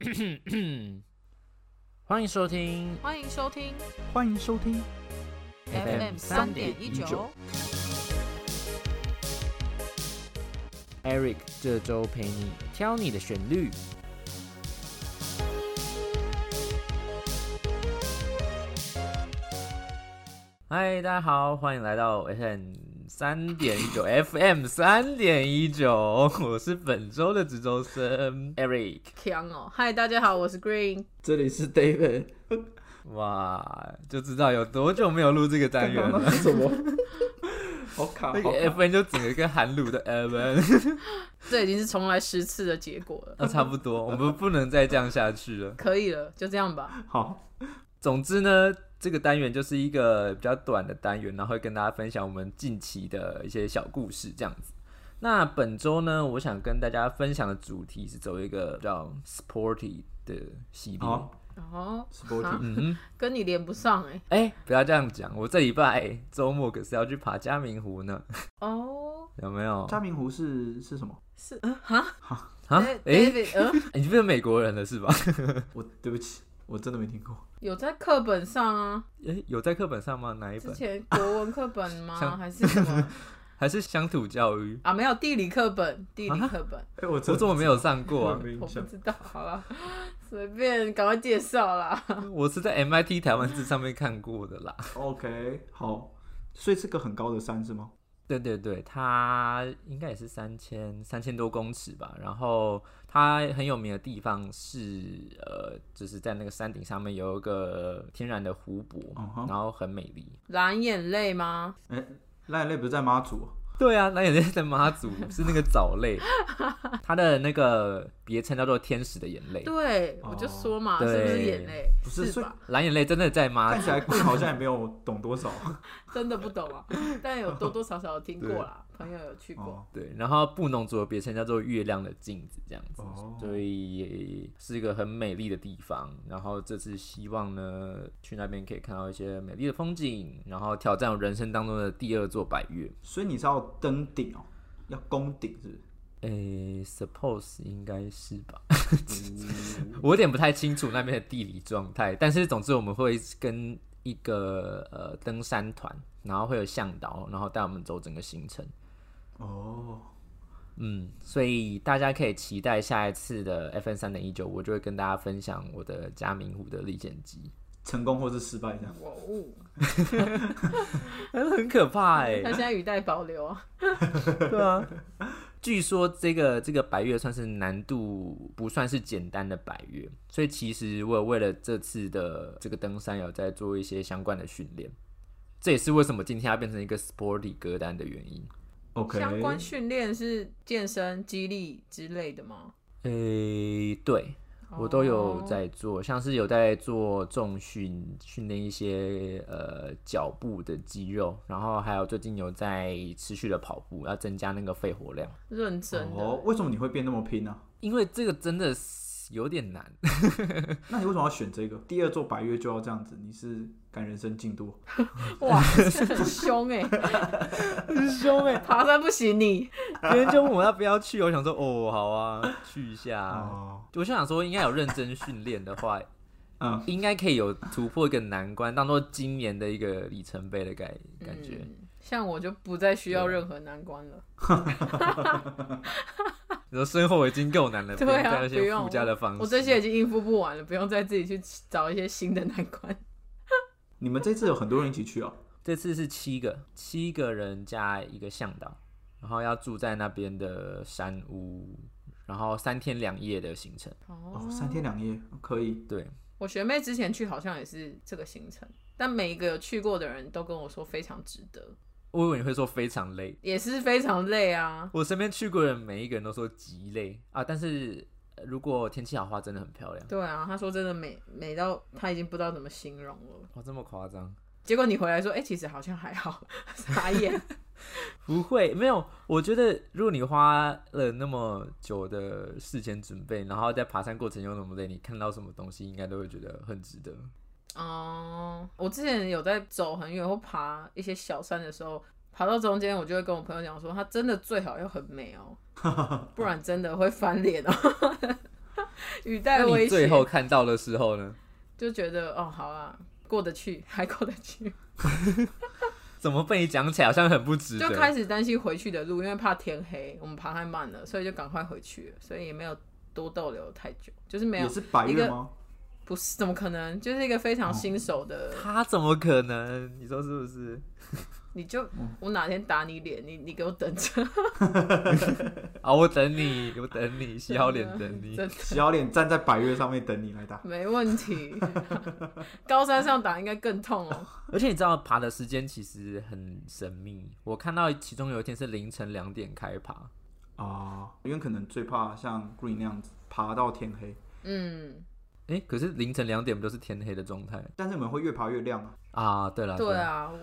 欢迎收听欢迎收听欢迎收听， FM 三点一九， Eric 这周陪你挑你的旋律。嗨，大家好，欢迎来到 FM 三点一九 FM 三点一九，我是本周的值周生 Eric。强哦！嗨，大家好，我是 Green。这里是 David。哇，就知道有多久没有录这个单刚元刚了 那。啊是什么？好卡，那 好个卡 FN 就整个跟韩卤的 FN，这已经是重来十次的结果了，那啊差不多，我们不能再这样下去了。可以了，就这样吧。好，总之呢，这个单元就是一个比较短的单元，然后会跟大家分享我们近期的一些小故事这样子。那本周呢，我想跟大家分享的主题是走一个比较 sporty 的系列。好哦， ，Sporty。嗯哼，跟你连不上哎、哎、不要这样讲，我这礼拜哎周末可是要去爬嘉明湖呢， 哦，有没有？嘉明湖是是什么？是嗯哈啊，哎、 ，David，嗯，你不是美国人了是吧？ 我对不起，我真的没听过。有在课本 上啊，哎、有在课本上吗？哪一之本？前国文课本吗？像还是什么还是乡土教育？啊？没有地理课本，地理课本、哎，我我真怎么没有上过啊？没我印不象？知道，好了，随便赶快介绍啦。我是在 MIT 台湾志上面看过的啦。 OK，好，所以是个很高的山是吗？对对对，它应该也是三千三千多公尺吧。然后它很有名的地方是，呃，就是在那个山顶上面有一个天然的湖泊嗯哼然后很美丽。蓝眼泪吗？哎，赖赖不是在妈祖？对啊，那也是在妈祖，是那个藻类，它的那个别称叫做天使的眼泪。对，我就说嘛，是不是对眼泪？不是所以吧？蓝眼泪真的在妈看起祖，来贵好像也没有懂多 少。哦真的不懂啊，但有多多少少有听过 啦，朋友有去过。哦对。然后布农族的别称叫做月亮的镜子，这样子。哦，所以是一个很美丽的地方。然后这次希望呢，去那边可以看到一些美丽的风景，然后挑战我人生当中的第二座百越。所以你是要登顶哦，要攻顶是不是？诶、s u p p o s e 应该是吧，嗯我有点不太清楚那边的地理状态，但是总之我们会跟一个呃登山团，然后会有向导，然后带我们走整个行程。哦，嗯，所以大家可以期待下一次的 FN 三点一九，我就会跟大家分享我的嘉明湖的历险记。成功或是失败这样。哇哦，很可怕哎、他现在语带保留啊。 对啊。据说这个这个百越算是难度不算是简单的百越，所以其实我有为了这次的这个登山有在做一些相关的训练，这也是为什么今天要变成一个 sporty 歌单的原因。 OK， 相关训练是健身、肌力之类的吗？哦诶、对我都有在做，像是有在做重训，训练一些呃脚部的肌肉，然后还有最近有在持续的跑步，要增加那个肺活量。认真的，，哦为什么你会变那么拼呢、啊因为这个真的是有点难。那你为什么要选这个？第二座百越就要这样子，你是赶人生进度？哇， 这很凶哎， 很凶哎、爬山不行你。别人就问我要不要去，我想说哦，好啊，去一下。哦，我就想说，应该有认真训练的话，嗯，应该可以有突破一个难关，当做今年的一个里程碑的感 感觉。啊嗯像我就不再需要任何难关了。你说生活已经够难了，不对用再有啊一不些用附加的方式。我这些已经应付不完了，不用再自己去找一些新的难关。你们这次有很多人一起去哦。这次是七个，七个人加一个向导，然后要住在那边的山屋，然后三天两夜的行程。哦哦，三天两夜可以。对，我学妹之前去好像也是这个行程，但每一个有去过的人都跟我说非常值得，我以为你会说非常累，也是非常累啊。我身边去过的每一个人都说极累啊，但是呃如果天气好的话，真的很漂亮。对啊，她说真的美美到她已经不知道怎么形容了。哇，哦这么夸张？结果你回来说，哎、其实好像还好， 傻眼。不会，没有。我觉得如果你花了那么久的事前准备，然后在爬山过程又那么累，你看到什么东西应该都会觉得很值得。哦、我之前有在走很远或爬一些小山的时候，爬到中间，我就会跟我朋友 讲说，它真的最好要很美哦，不然真的会翻脸哦。 语那带你威最胁，后看到的时候呢？就觉得哦，好啦，过得去，还过得去，怎么被你讲起来好像很不值就得？开始担心回去的路，因为怕天黑，我们爬太慢了，所以就赶快回去了，所以也没有多逗留太久，就是没有也，是百一越个吗？不是怎么可能，就是一个非常新手的，他怎么可能？你说是不是？你就我哪天打你脸，你你给我等着， 啊，我等你，我等你，洗好脸等你。真的小脸站在百越上面等你来 打，没问题，高山上打应该更痛哦，而且你知道爬的时间其实很神秘，我看到其中有一天是凌晨两点开爬，哦，因为可能最怕像 Green 那样子爬到天黑，嗯。诶，可是凌晨两点不就是天黑的状态但是你们会越爬越亮啊。啊？对了，对，啊，我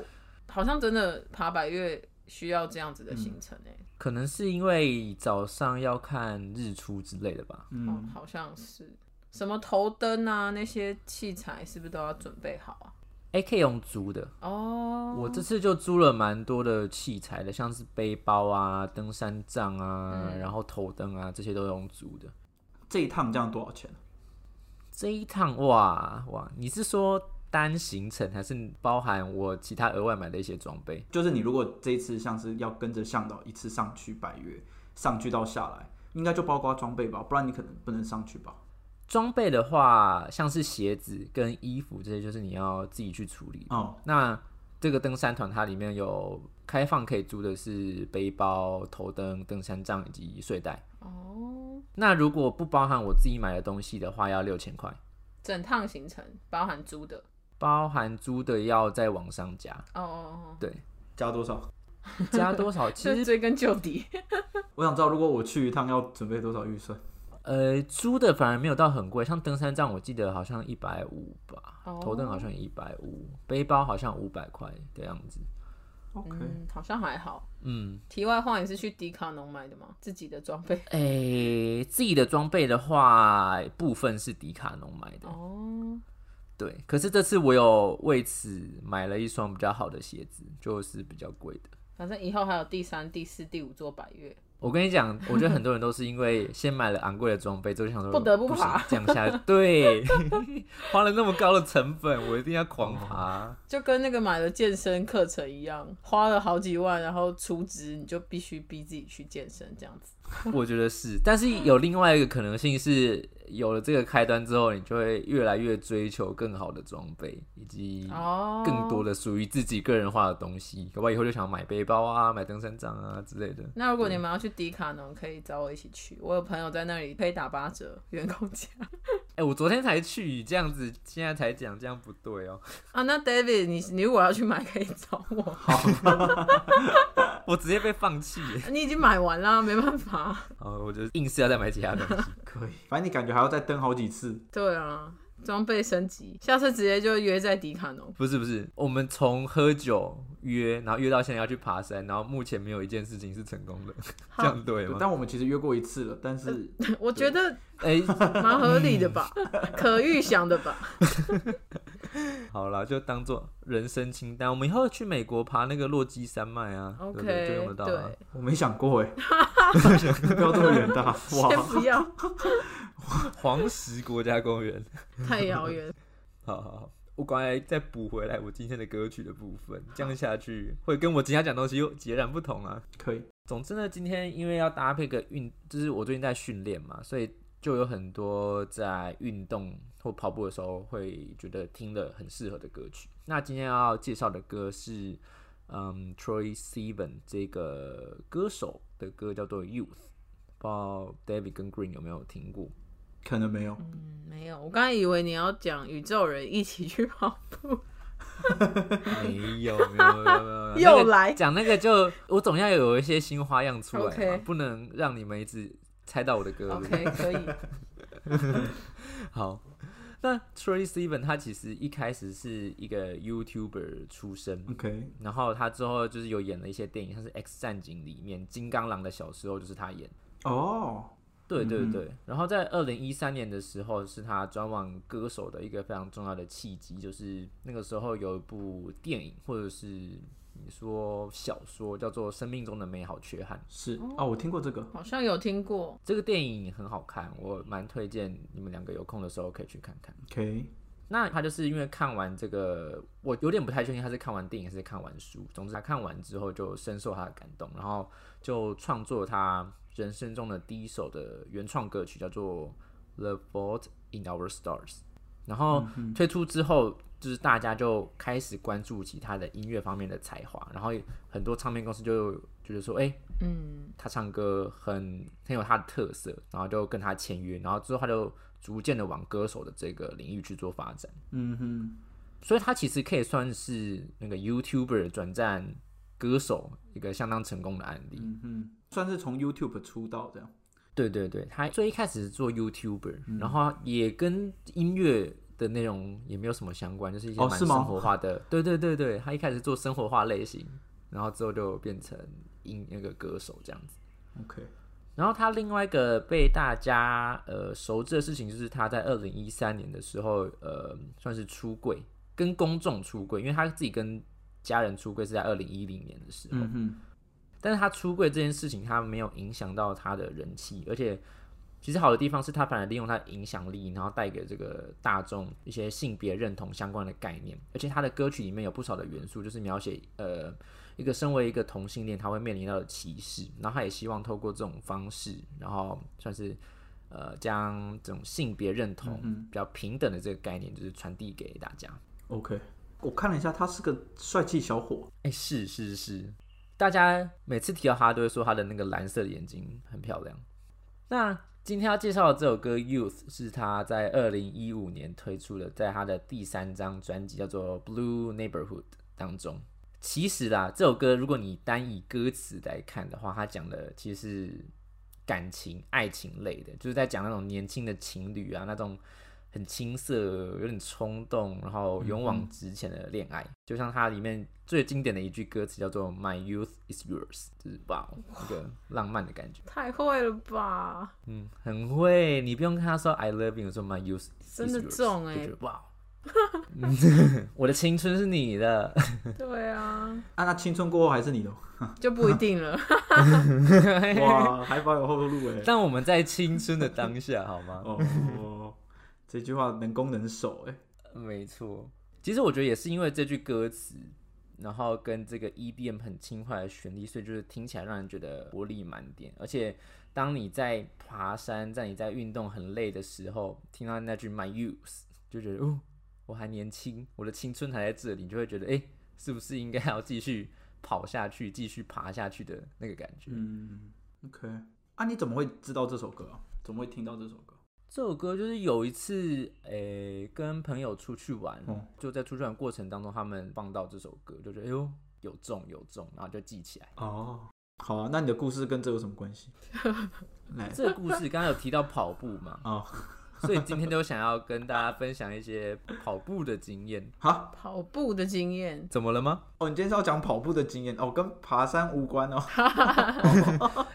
好像真的爬百越需要这样子的行程哎、可能是因为早上要看日出之类的吧。哦嗯，，好像是什么头灯啊那些器材是不是都要准备好啊？诶，可以用租的，哦，我这次就租了蛮多的器材的，像是背包啊、登山杖啊，然后头灯啊，这些都用租的。这一趟这样多少钱？啊这一趟哇哇，你是说单行程还是包含我其他额外买的一些装备？就是你如果这一次像是要跟着向导一次上去百越，上去到下来，应该就包括装备吧，不然你可能不能上去吧。装备的话，像是鞋子跟衣服这些，就是你要自己去处理。哦，那这个登山团它里面有开放可以租的是背包、头灯、登山杖以及睡袋。哦，那如果不包含我自己买的东西的话，要六千块，整趟行程包含租的包含租的要再往上加，哦哦， 对，加多少？加多 少？其这实追根究底我想知道，如果我去一趟要准备多少预算？呃，租的反而没有到很贵，像登山杖我记得好像一百五吧， 哦头灯好像一百五，背包好像五百块的样子。 OK，、嗯，好像还好。嗯，题外话，你是去迪卡侬买的吗？自己的装备诶、自己的装备的话，部分是迪卡侬买的，哦，对。可是这次我有为此买了一双比较好的鞋子，就是比较贵的。反正以后还有第三、第四、第五座百越，我跟你讲，我觉得很多人都是因为先买了昂贵的装备，之后就想说不得不行爬降下，对， 花了那么高的成本，我一定要狂爬。就跟那个买了健身课程一样，花了好几万，然后出资你就必须逼自己去健身这样子。我觉得是，但是有另外一个可能性是，有了这个开端之后，你就会越来越追求更好的装备以及哦更多。的属于自己个人化的东西，搞不好以后就想买背包啊、买登山杖啊之类的。那如果你们要去迪卡侬，可以找我一起去，我有朋友在那里可以打八折员工价 哎、我昨天才去，这样子现在才讲，这样不对哦、啊。那 David，你你如果要去买，可以找我，我直接被放弃耶。 你已经买完啦，没办法。 哦，我就硬是要再买其他东西。可以。反正你感觉还要再登好几次，对啊，装备升级，下次直接就约在迪卡侬。 不是不是，我们从喝酒约，然后约到现在要去爬山，然后目前没有一件事情是成功的，这样对吗？但我们其实约过一次了，但是我觉得哎、 蛮合理的吧，可预想的吧。好了，就当做人生清单。我们以后去美国爬那个落基山脉啊对不 OK，对就用得到、啊对。我没想过哎，不要这么远大先哇！不要，黄石国家公园。太遥远。好好好，我刚才再补回来我今天的歌曲的部分，这样下去会跟我今天要讲的东西又截然不同啊。可以，总之呢，今天因为要搭配个运，就是我最近在训练嘛，所以就有很多在运动或跑步的时候会觉得听了很适合的歌曲。那今天要介绍的歌是，嗯，Troy Sivan 这个歌手的歌叫做《Youth》，不知道 David 跟 Green 有没有听过？可能没有。嗯，没有，我刚才以为你要讲宇宙人一起去跑步，没有，没有，没有，没有，没有 又呃那个来讲那个就，我总要有一些新花样出来嘛 OK 不能让你们一直猜到我的歌。对不对 OK，可以。 好，那 Troy Sivan 他其实一开始是一个 YouTuber 出身， OK，然后他之后就是有演了一些电影，像是《X 战警》里面金刚狼的小时候就是他演。哦，对对嗯对，然后在二零一三年的时候，是他转往歌手的一个非常重要的契机，就是那个时候有一部电影或者是一说小说，叫做《生命中的美好缺憾》。是哦，我听过这个，好像有听过，这个电影很好看，我蛮推荐你们两个有空的时候可以去看看。 OK，那他就是因为看完这个，我有点不太确定他是看完电影还是看完书。总之，他看完之后就深受他的感动，然后就创作他人生中的第一首的原创歌曲，叫做《The Fault in Our Stars》。然后推出之后，就是大家就开始关注起他的音乐方面的才华，然后很多唱片公司就觉得说，哎、嗯，他唱歌很很有他的特色，然后就跟他签约，然后之后他就逐渐的往歌手的这个领域去做发展，嗯哼，所以他其实可以算是那个 YouTuber 转战歌手一个相当成功的案例。嗯哼，算是从 YouTube 出道这样。对对对，他最一开始是做 YouTuber，、然嗯后也跟音乐的内容也没有什么相关，就是一些哦蛮是吗生活化的。对对对对，他一开始做生活化类型，然后之后就变成音那个歌手这样子。 OK，然后他另外一个被大家呃熟知的事情，就是他在二零一三年的时候，呃，算是出柜，跟公众出柜，因为他自己跟家人出柜是在二零一零年的时候。嗯哼，但是他出柜这件事情，他没有影响到他的人气，而且其实好的地方是他反而利用他的影响力，然后带给这个大众一些性别认同相关的概念，而且他的歌曲里面有不少的元素，就是描写呃一个身为一个同性恋他会面临到的歧视，然后他也希望透过这种方式，然后算是。呃，将这种性别认同比较平等的这个概念，就是传递给大家。 OK，我看了一下，他是个帅气小伙。哎、是是是，大家每次提到他都会说他的那个蓝色的眼睛很漂亮。那今天要介绍的这首歌《Youth》是他在二零一五年推出的，在他的第三张专辑叫做《Blue Neighborhood》当中。其实啦，这首歌如果你单以歌词来看的话，它讲的其实是感情、爱情类的，就是在讲那种年轻的情侣啊，那种很青涩、有点冲动，然嗯后勇往直前的恋爱。就像它里面最经典的一句歌词叫做 “My youth is yours”，就是哇，一个浪漫的感觉。太会了 吧，嗯，很会，你不用跟他说 “I love you”，你说 “My youth”，is 真的 yours，中就欸觉得哇。嗯 我的青春是你的， 对啊，啊，那青春过后还是你的，就不一 定了，哇，还蛮有后路哎。但我们在青春的当下，好吗？哦，这句话能攻能守哎。没错，其实我觉得也是因为这句歌词，然后跟这个 EDM 很轻快的旋律，所以就是听起来让人觉得活力满点。而且当你在爬山，在你在运动很累的时候，听到那句 My Youth，就觉得哦，我还年轻，我的青春还在这里，你就会觉得哎，诶是不是应该要继续跑下去，继续爬下去的那个感觉？嗯，OK，啊，你怎么会知道这首歌啊？怎么会听到这首歌？这首歌就是有一次，诶、跟朋友出去玩，嗯就在出去玩过程当中，他们放到这首歌，就觉得哎呦有中有中，然后就记起来。哦，好啊，那你的故事跟这有什么关 系？来，这个故事刚刚有提到跑步嘛，哦，所以今天就想要跟大家分享一些跑步的经验。好，跑步的经验，怎么了吗？哦，你今天是要讲跑步的经验哦，跟爬山无关 哦。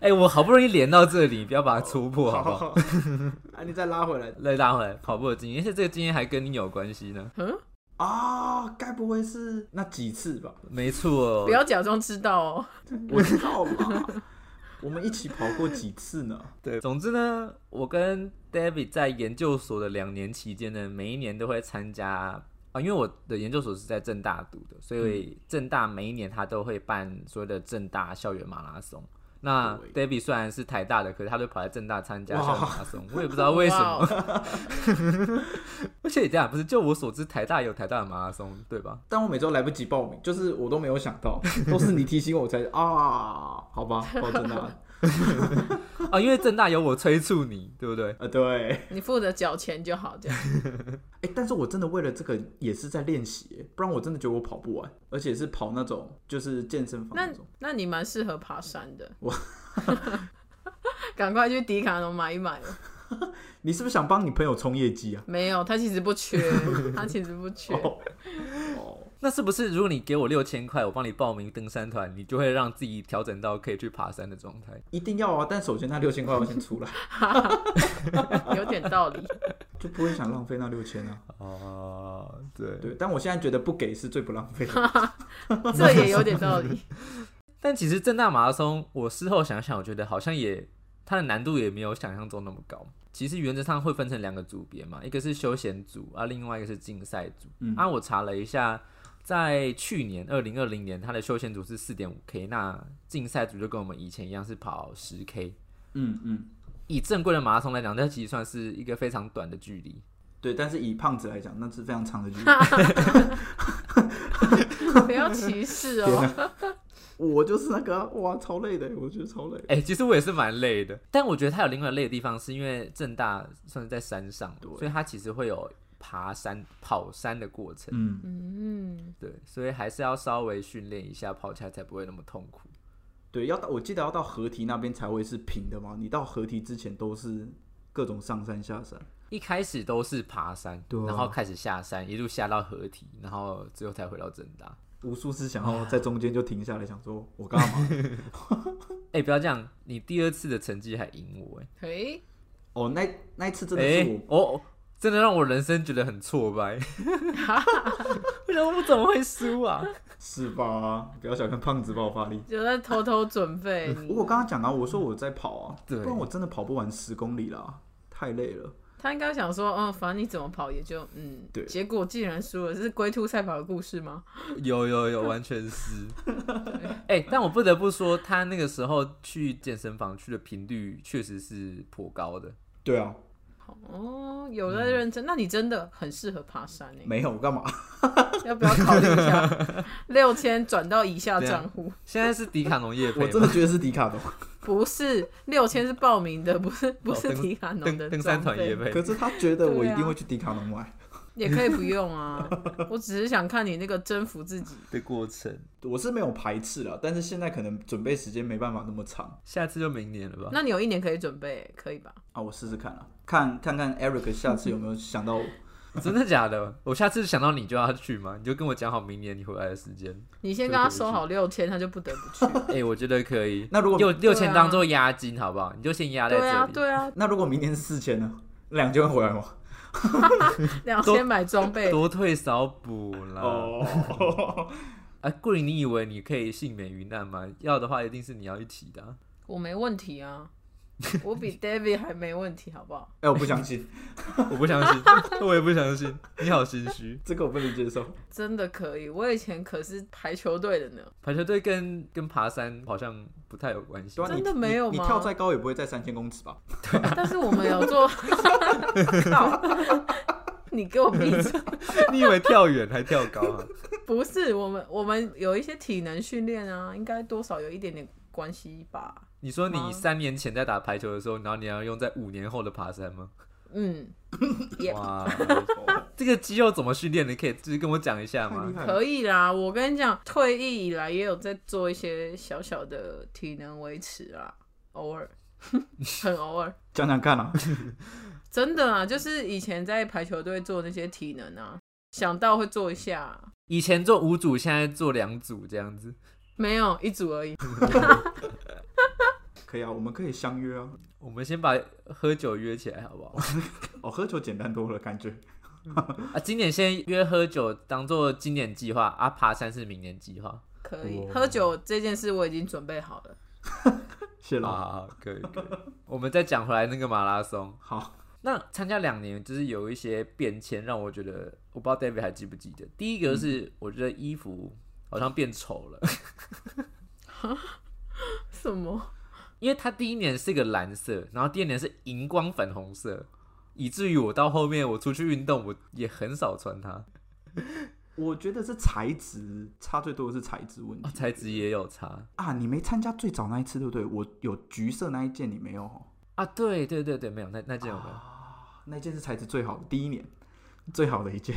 哎、我好不容易连到这里，不要把它戳破好不好？好， 啊，你再拉回来来拉回来，跑步的经验，而且这个经验还跟你有关系呢。啊，该不会是那几次吧？没错哦不，要假装知道哦，我知道嘛， 我们一起跑过几次呢？对，总之呢，我跟 David 在研究所的两年期间呢，每一年都会参加啊，因为我的研究所是在正大读的，所嗯以正大每一年他都会办所谓的正大校园马拉松。那 David 虽然是台大的，可是他就跑来正大参加校园马拉松，我也不 知道为什么。哦哇哦而且这样不是，就我所知，台大有台大的马拉松，对吧？但我每周来不及报名，就是我都没有想到，都是你提醒我才啊，好吧，抱歉啊，啊，因为正大有我催促你，对不对？呃，对，哎、你负责缴钱就好，这样但是我真的为了这个也是在练习耶，不然我真的觉得我跑不完，而且是跑那种就是健身房那那种，嗯那你蛮适合爬山的， 赶快去迪卡侬买一买哦。你是不是想帮你朋友冲业绩啊？没有，他其实不 缺，他其实不缺，哦，哦那是不是如果你给我六千块，我帮你报名登山团，你就会让自己调整到可以去爬山的状态？一定要啊！但首先那六千块我先出来，有点道理。 就不会想浪费那六千啊。哦、好，对。对，但我现在觉得不给是最不浪费的。这也有点道理。但其实正大马拉松，我事后想想，我觉得好像也它的难度也没有想象中那么高。其实原则上会分成两个组别嘛，一个是休闲组啊，另外一个是竞赛组。嗯啊，我查了一下，在去年二零二零年，它的休闲组是四点五 K，那竞赛组就跟我们以前一样是跑十 K。嗯嗯，以正规的马拉松来讲，它其实算是一个非常短的距离。对。但是以胖子来讲，那是非常长的距离。不要歧视 天啊哦。我就是那个啊、哇，超累的，我觉得超累。哎、其实我也是蛮累的，但我觉得它有另外累的地方，是因为正大算是在山上，对所以它其实会有爬山、跑山的过程。嗯，嗯，对，所以还是要稍微训练一下跑起来才不会那么痛苦。对，要到我记得要到河堤那边才会是平的嘛。你到河堤之前都是各种上山下山。一开始都是爬山，对啊然后开始下山，一路下到合体，然后最后才回到正大。无数次想要在中间就停下来，想说我干嘛？哎、不要这样，你第二次的成绩还赢我哎、诶， 哦，那那一次真的哎、是我，哦，哦真的让我人生觉得很挫 败。 我想我怎么会输啊？是吧？不要小看胖子爆发力。有在偷偷准备你。 我刚刚讲啊，我说我在跑啊，不对然我真的跑不完十公里啦，太累了。他应该想说，嗯，反正你怎么跑也就嗯，对结果竟然输了，这是龟兔赛跑的故事吗？ 有有有，完全是。 哎、但我不得不说，他那个时候去健身房去的频率确实是颇高的。对啊，哦，有在认真，那你真的很适合爬山诶，嗯没有我干嘛？要不要考虑一下？六千转到以下账户，现在是迪卡侬业 我配真吗的觉得是迪卡侬，不是六千是报名的，不 是不哦是登提卡侬的登登山装团备业配。 可是他觉得我一定会去迪卡侬买。也可以不用 啊，我只是想看你那个征服自己。的过程。我是没有排斥啦，但是现在可能准备时间没办法那么长下次就明年了吧？那你有一年可以准备，可以吧？啊，我试试看啦，看看看 Eric 下次有没有想 到我。真的假的？我下次想到你就要去吗？你就跟我讲好明年你回来的时 间。你先跟他收好六千，他就不得不去。哎、我觉得可以。那如果六六千当做押金好不好？你就先压在啊对这啊，里。对啊，那如果明年四千呢？两千回来吗？两千买装备，多退少补啦！哦， 啊，桂林，你以为你可以幸免于难吗？要的话，一定是你要一起的啊、我没问题啊，我 比 David 还没问题，好不好？哎，我不相信，我不相信， 我也不相信。你好心虚。这个我不能接受。真的可以，我以前可是排球队的 呢。排球队跟跟爬山好像不太有关系对。啊你真的没有你吗你跳再高也不会在三千公尺 吧？但是我们有 做， 靠你给我闭嘴！ 你以为跳远还跳高 啊？ 不是我们，我们有一些体能训练啊，应该多少有一点点关系吧？你说你啊吗三年前在打排球的时候，然后你要用在五年后的爬山吗？嗯，也哇，这个肌肉怎么训练？你可以就是跟我讲一 下太吗厉？害了可以啦，我跟你讲，退役以来也有在做一些小小的体能维持啊，偶尔， 很偶尔，讲讲看啊，真的啊，就是以前在排球队做那些体能啊，想到会做一下，以前做五组，现在做两组这样子。没有一组而已，可以啊，我们可以相约啊。我们先把喝酒约起来好不好？ 哦，喝酒简单多了，感觉。啊，今年先约喝酒当做今年计划啊，爬山是明年计划。可以哦喝酒这件事我已经准备好了。谢好啦。好好，可以可以。 我们再讲回来那个马拉松，好，那参加两年就是有一些变迁，让我觉得我不知道 David 还记不记得。第一个是我觉得衣服好像变丑了， 什么？因为它第一年是个蓝色，然后第二年是荧光粉红色，以至于我到后面我出去运动，我也很少穿它。我觉得是材质差最多的是材质问哦题。材质也有差啊，你没参加最早那一次对不对？我有橘色那一件，你没有哦？ 啊，对对对对，没有那那件有没有、那一件是材质最好的，第一年最好的一件，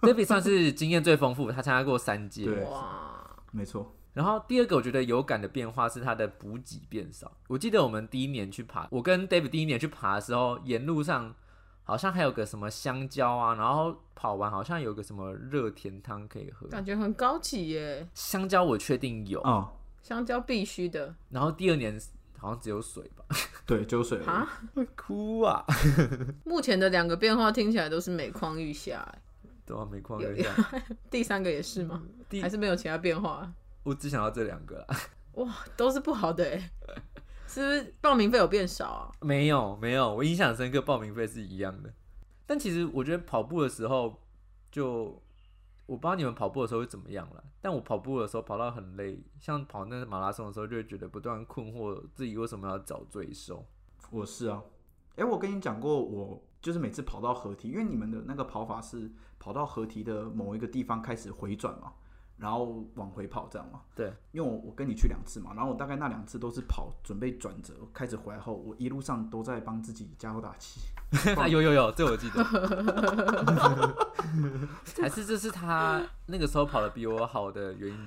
d a v i d 算是经验最丰富，他参加过三届对。哇，没错。然后第二个我觉得有感的变化是他的补给变少。我记得我们第一年去爬，我跟 David 第一年去爬的时候，沿路上好像还有个什么香蕉啊，然后跑完好像有个什么热甜汤可以喝。感觉很高级耶！香蕉我确定有，哦，香蕉必须的然后第二年好像只有水吧，对，酒水而已啊！哭啊！目前的两个变化听起来都是每况愈下 耶，欸对啊，每况愈下。第三个也是吗？嗯第还是没有其他变化？ 我只想到这两个啦，哇，都是不好的欸哎， 是不是报名费有变少啊？没有没有，我印象深刻，报名费是一样的。但其实我觉得跑步的时候就。我不知道你们跑步的时候会怎么样了，但我跑步的时候跑到很累，像跑那个马拉松的时候，就会觉得不断困惑自己为什么要找罪受。我是啊，哎、我跟你讲过，我就是每次跑到合体，因为你们的那个跑法是跑到合体的某一个地方开始回转嘛，然后往回跑这样嘛。对， 因为我我跟你去两次嘛，然后我大概那两次都是跑准备转折，开始回来后，我一路上都在帮自己加油打气。啊，有有有，这我记得。 还是这是他那个时候跑的比我好的原因，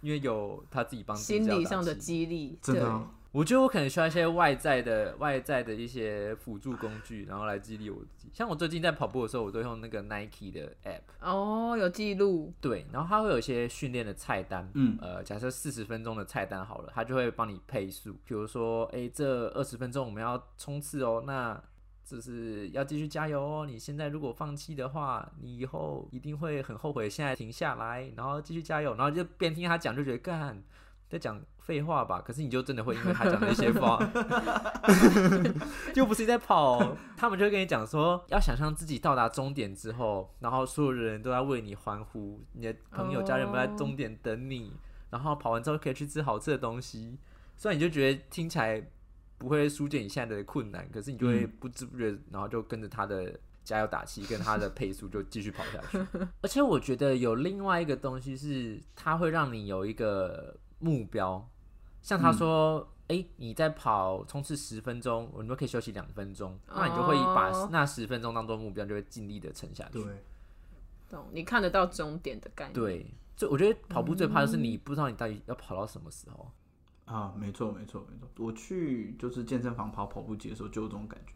因为有他自己帮自己心加油理打上的气激励，真的、对啊，我觉得我可能需要一些外在的、外在的一些辅助工具，然后来激励我自己。像我最近在跑步的时候，我都用那个 Nike 的 app，哦，有记录，对，然后它会有一些训练的菜单，嗯呃，假设四十分钟的菜单好了，它就会帮你配速，比如说，哎、这二十分钟我们要冲刺哦，那就是要继续加油哦。你现在如果放弃的话，你以后一定会很后悔，现在停下来，然后继续加油，然后就边听他讲就觉得干。在讲废话吧，可是你就真的会因为他讲那些话， 又不是在跑哦、他们就会跟你讲说，要想象自己到达终点之后，然后所有的人都在为你欢呼，你的朋友、哦家人们在终点等你，然后跑完之后可以去吃好吃的东西，虽然你就觉得听起来不会疏解你现在的困难，可是你就会不知不觉，然后就跟着他的。加油打气，跟他的配速就继续跑下去。而且我觉得有另外一个东西是，它会让你有一个目标，像他说，哎、你在跑冲刺十分钟，我们可以休息两分钟，那你就会把哦那十分钟当做目标，就会尽力的撑下去对。，懂？你看得到终点的概念，对，所以我觉得跑步最怕的是你不知道你到底要跑到什么时候。啊，没错，没错，没错。我去就是健身房跑跑步机的时候，就有这种感觉，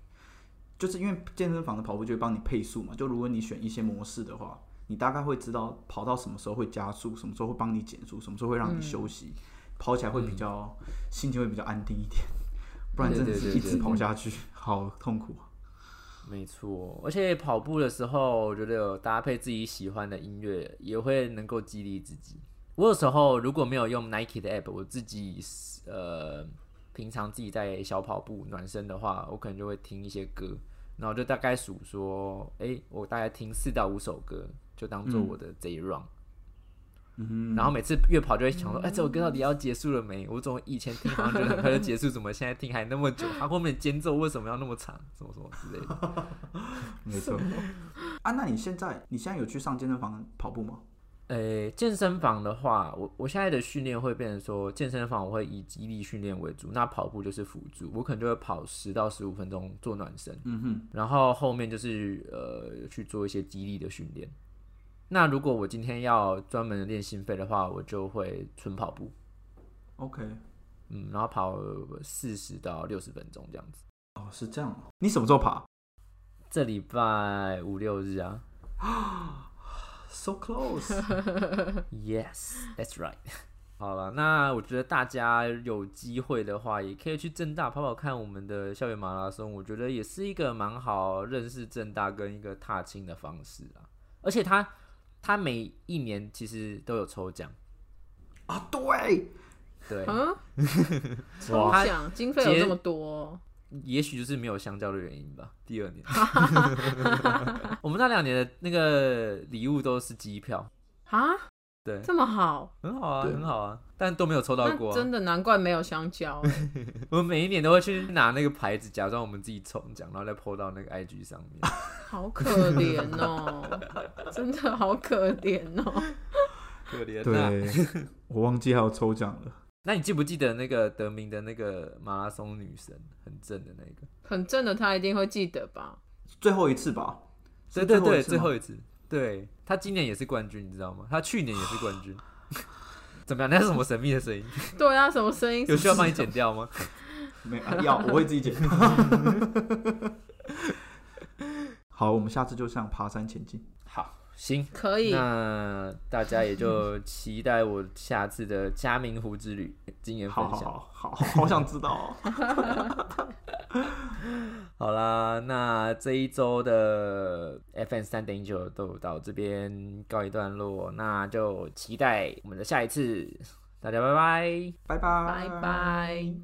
就是因为健身房的跑步就会帮你配速嘛。就如果你选一些模式的话，你大概会知道跑到什么时候会加速，什么时候会帮你减速，什么时候会让你休息，跑起来会比较、心情会比较安定一点。不然真的对对是对一直对跑下去，好痛苦啊。没错，而且跑步的时候，我觉得有搭配自己喜欢的音乐，也会能够激励自己。我有时候如果没有用 Nike 的 app，我自己呃平常自己在小跑步暖身的话，我可能就会听一些歌，然后就大概数说，诶，我大概听四到五首歌，就当做我的这一 round。嗯然后每次越跑就会想说，哎、这首歌到底要结束了没？我总以前听好像觉得很快就结束，怎么现在听还那么久？它后面间奏为什么要那么长？什么什么之类的。没错。 啊，那你现在你现在有去上健身房跑步吗？呃、健身房的话，我我现在的训练会变成说，健身房我会以肌力训练为主，那跑步就是辅助，我可能就会跑十到十五分钟做暖身，嗯哼，然后后面就是呃去做一些肌力的训练。那如果我今天要专门练心肺的话，我就会纯跑步， ，OK。嗯，然后跑四十到六十分钟这样子。哦，是这样哦。你什么时候爬这礼拜五六日啊？So close。 ，Yes，that's right。好了，那我觉得大家有机会的话，也可以去正大跑跑看我们的校园马拉松，我觉得也是一个蛮好认识正大跟一个踏青的方式啊。而且它它每一年其实都有抽奖， 啊，对，对，嗯，抽哇奖经费有这么多，哦也许就是没有香蕉的原因吧。第 二年，我们那两年的那个礼物都是机票，啊，对，这么好，很好啊，对很好啊，但都没有抽到过、那啊。真的难怪没有香蕉欸， 我们每一年都会去拿那个牌子，假装我们自己抽奖，然后再 PO 到那个 IG 上面。好可怜 哦，真的好可怜哦，可怜呐、对，我忘记还有抽奖了。那你记不记得那个得名的那个马拉松女神，很正的那个？很正的他一定会记得吧？ 最后一次吧，对是对对，最最后一次吗后一次，对她今年也是冠军，你知道吗？她去年也是冠军。 怎么样？那是什么神秘的声音？对啊，什么声音？有需要帮你剪掉吗？没、啊、要，我会自己 剪。好，我们下次就向爬山前进。好，行，可以，那大家也就期待我下次的嘉明湖之旅经验分好好享。 好好，好想知道、哦。好啦，那这一周的 FN 三点九都到这边告一段落，那就期待我们的下一次，大家拜拜。拜拜，拜拜。